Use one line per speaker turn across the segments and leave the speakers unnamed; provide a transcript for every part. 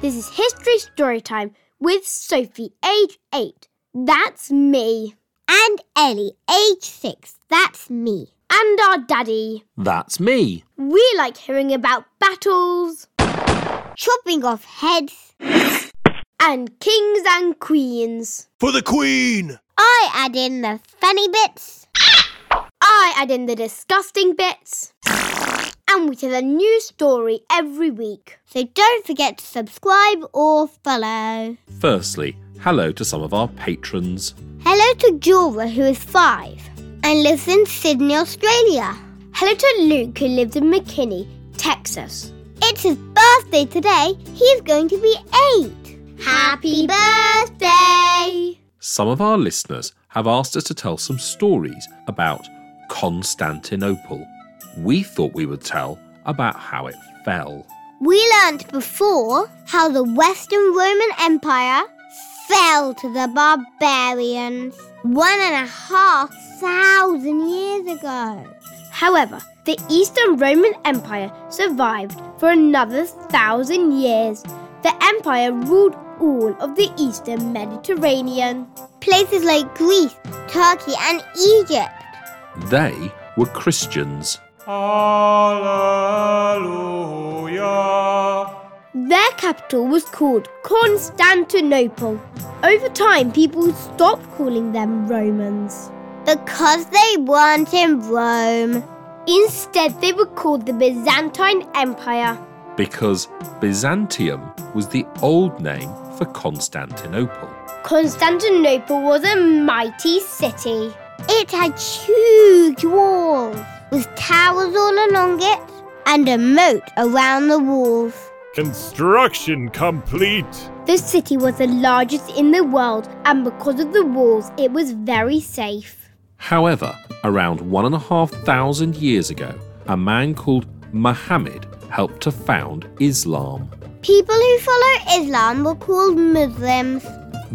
This is History story time with Sophie, age 8. That's me.
And Ellie, age six. That's me.
And our daddy.
That's me.
We like hearing about battles
Chopping off heads.
and kings and queens.
For the Queen!
I add in the funny bits.
I add in the disgusting bits. And we tell a new story every week.
So don't forget to subscribe or follow.
Firstly, hello to some of our patrons.
Hello to Jura, who is five and lives in Sydney, Australia.
Hello to Luke, who lives in McKinney, Texas.
It's his birthday today. He's going to be eight. Happy birthday!
Some of our listeners have asked us to tell some stories about Constantinople. We thought we would tell about how it fell.
We learned before how the Western Roman Empire fell to the barbarians one and a half thousand years ago.
However, the Eastern Roman Empire survived for another thousand years. The empire ruled all of the Eastern Mediterranean.
Places like Greece, Turkey, and Egypt.
They were Christians.
Hallelujah.
Their capital was called Constantinople. Over time, people stopped calling them Romans.
Because they weren't in Rome.
Instead, they were called the Byzantine Empire.
because Byzantium was the old name for Constantinople.
Constantinople was a mighty city.
It had huge walls with towers all along it and a moat around the walls.
Construction complete.
The city was the largest in the world, and because of the walls, it was very safe.
However, around one and a half thousand years ago, a man called Muhammad helped to found Islam.
People who follow Islam were called Muslims.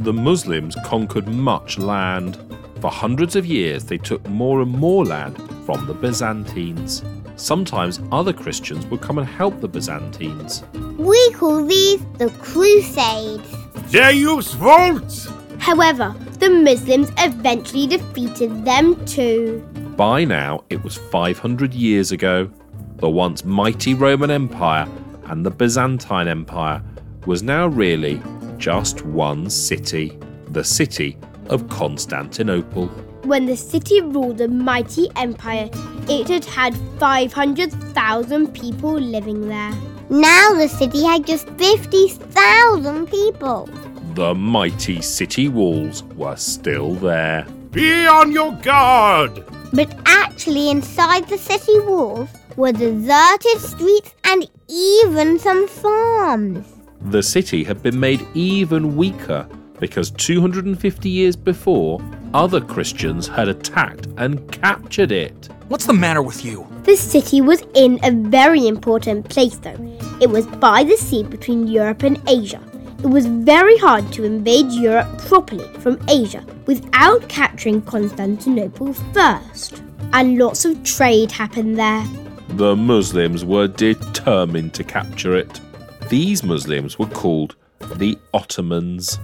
The Muslims conquered much land. For hundreds of years, they took more and more land from the Byzantines. Sometimes other Christians would come and help the Byzantines.
We call these the Crusades.
Deus Volt!
However, the Muslims eventually defeated them too.
By now, it was 500 years ago. The once mighty Roman Empire and the Byzantine Empire was now really just one city the city of Constantinople.
When the city ruled the mighty empire, it had had 500,000 people living there.
Now the city had just 50,000 people.
The mighty city walls were still there.
Be on your guard!
But actually, inside the city walls were deserted streets and even some farms.
The city had been made even weaker because 250 years before, other Christians had attacked and captured it.
What's the matter with you?
The city was in a very important place though. It was by the sea between Europe and Asia. It was very hard to invade Europe properly from Asia without capturing Constantinople first. And lots of trade happened there.
The Muslims were determined to capture it. These Muslims were called the Ottomans.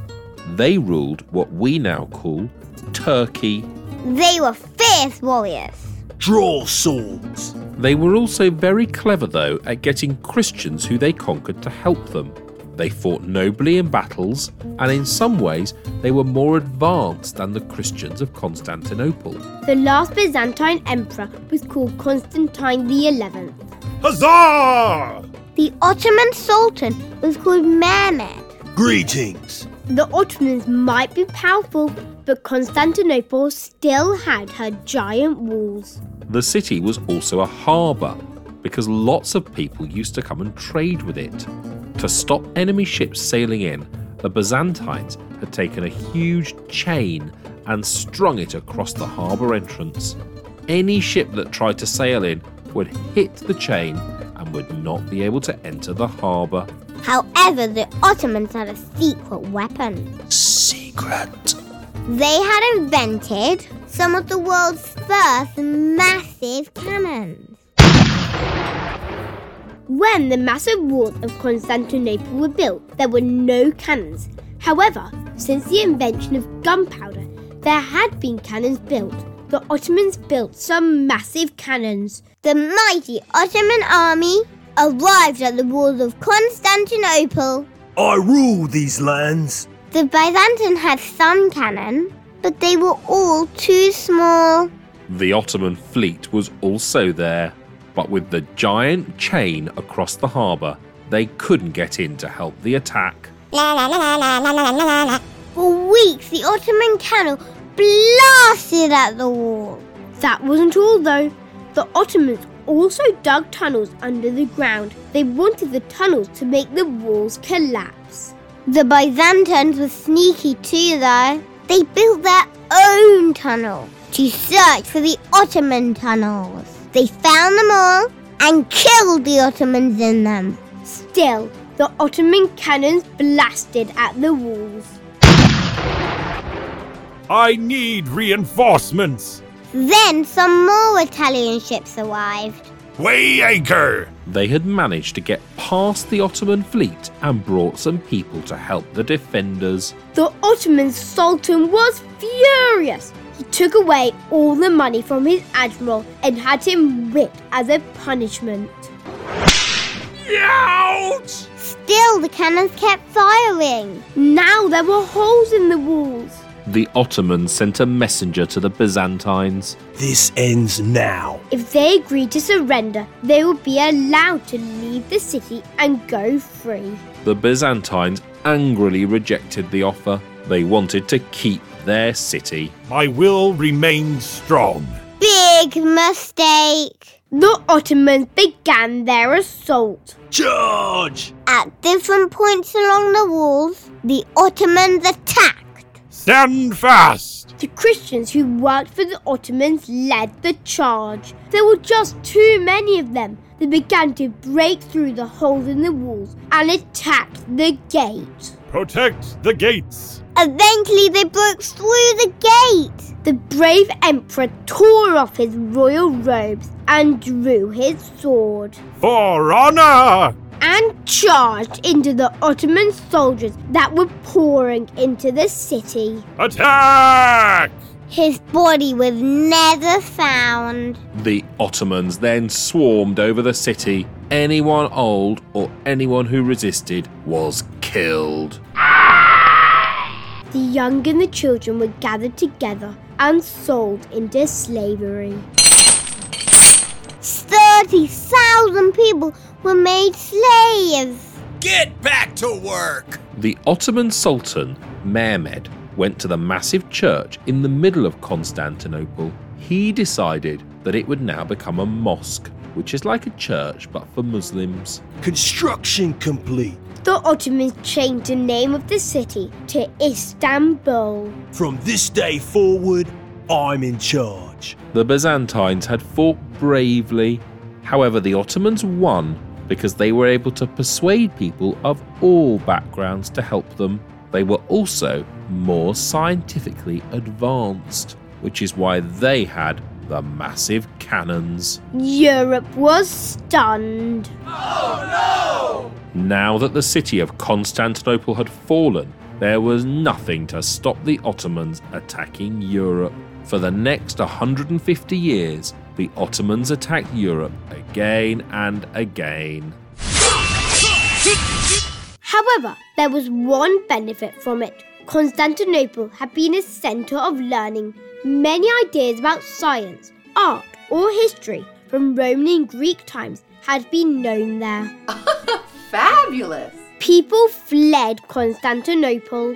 They ruled what we now call Turkey.
They were fierce warriors.
Draw swords.
They were also very clever, though, at getting Christians who they conquered to help them. They fought nobly in battles, and in some ways, they were more advanced than the Christians of Constantinople.
The last Byzantine emperor was called Constantine XI.
Huzzah!
The Ottoman Sultan was called Mehmed.
Greetings.
The Ottomans might be powerful, but Constantinople still had her giant walls.
The city was also a harbour because lots of people used to come and trade with it. To stop enemy ships sailing in, the Byzantines had taken a huge chain and strung it across the harbour entrance. Any ship that tried to sail in would hit the chain and would not be able to enter the harbour.
However, the Ottomans had a secret weapon.
Secret.
They had invented some of the world's first massive cannons.
When the massive walls of Constantinople were built, there were no cannons. However, since the invention of gunpowder, there had been cannons built. The Ottomans built some massive cannons.
The mighty Ottoman army arrived at the walls of Constantinople.
I rule these lands.
The Byzantine had some cannon, but they were all too small.
The Ottoman fleet was also there, but with the giant chain across the harbour, they couldn't get in to help the attack.
For weeks, the Ottoman cannon blasted at the wall.
That wasn't all, though. The Ottomans also dug tunnels under the ground. They wanted the tunnels to make the walls collapse.
The Byzantines were sneaky too, though. They built their own tunnel to search for the Ottoman tunnels. They found them all and killed the Ottomans in them.
Still, the Ottoman cannons blasted at the walls.
I need reinforcements.
Then some more Italian ships arrived.
Weigh anchor.
They had managed to get past the Ottoman fleet and brought some people to help the defenders.
The Ottoman Sultan was furious. He took away all the money from his admiral and had him whipped as a punishment.
Out!
Still, the cannons kept firing.
Now there were holes in the walls.
The Ottomans sent a messenger to the Byzantines.
This ends now.
If they agreed to surrender, they would be allowed to leave the city and go free.
The Byzantines angrily rejected the offer. They wanted to keep their city.
My will remains strong.
Big mistake.
The Ottomans began their assault.
Charge!
At different points along the walls, the Ottomans attacked.
Stand fast.
The Christians who worked for the Ottomans led the charge. There were just too many of them. They began to break through the holes in the walls and attack the gate.
Protect the gates.
Eventually, they broke through the gate.
The brave emperor tore off his royal robes and drew his sword
For honor.
and charged into the Ottoman soldiers that were pouring into the city.
Attack.
His body was never found.
The Ottomans then swarmed over the city. Anyone old or anyone who resisted was killed.
The young and the children were gathered together and sold into slavery.
30,000 people were made slaves.
Get back to work!
The Ottoman Sultan, Mehmed, went to the massive church in the middle of Constantinople. He decided that it would now become a mosque, which is like a church but for Muslims.
Construction complete.
The Ottomans changed the name of the city to Istanbul.
From this day forward, I'm in charge.
The Byzantines had fought bravely. However, the Ottomans won because they were able to persuade people of all backgrounds to help them. They were also more scientifically advanced, which is why they had the massive cannons.
Europe was stunned.
Now that the city of Constantinople had fallen, there was nothing to stop the Ottomans attacking Europe. For the next 150 years, the Ottomans attacked Europe again and again.
However, there was one benefit from it. Constantinople had been a centre of learning many ideas about science, art, or history from Roman and Greek times had been known there.
Fabulous!
People fled Constantinople.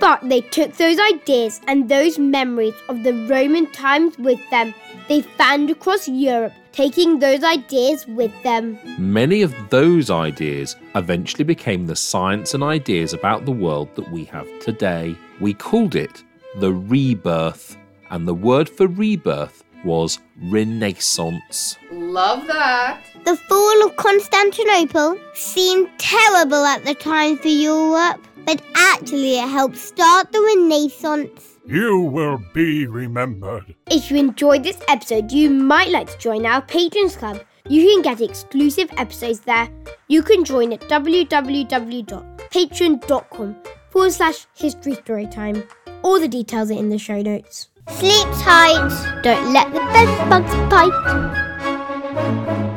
But they took those ideas and those memories of the Roman times with them. They fanned across Europe, taking those ideas with them.
Many of those ideas eventually became the science and ideas about the world that we have today. We called it the rebirth, and the word for rebirth was renaissance.
Love that!
The fall of Constantinople seemed terrible at the time for Europe, but actually it helped start the Renaissance.
You will be remembered.
If you enjoyed this episode, you might like to join our Patrons Club. You can get exclusive episodes there. You can join at www.patreon.com forward slash history storytime. All the details are in the show notes.
Sleep tight.
Don't let the bed bugs bite.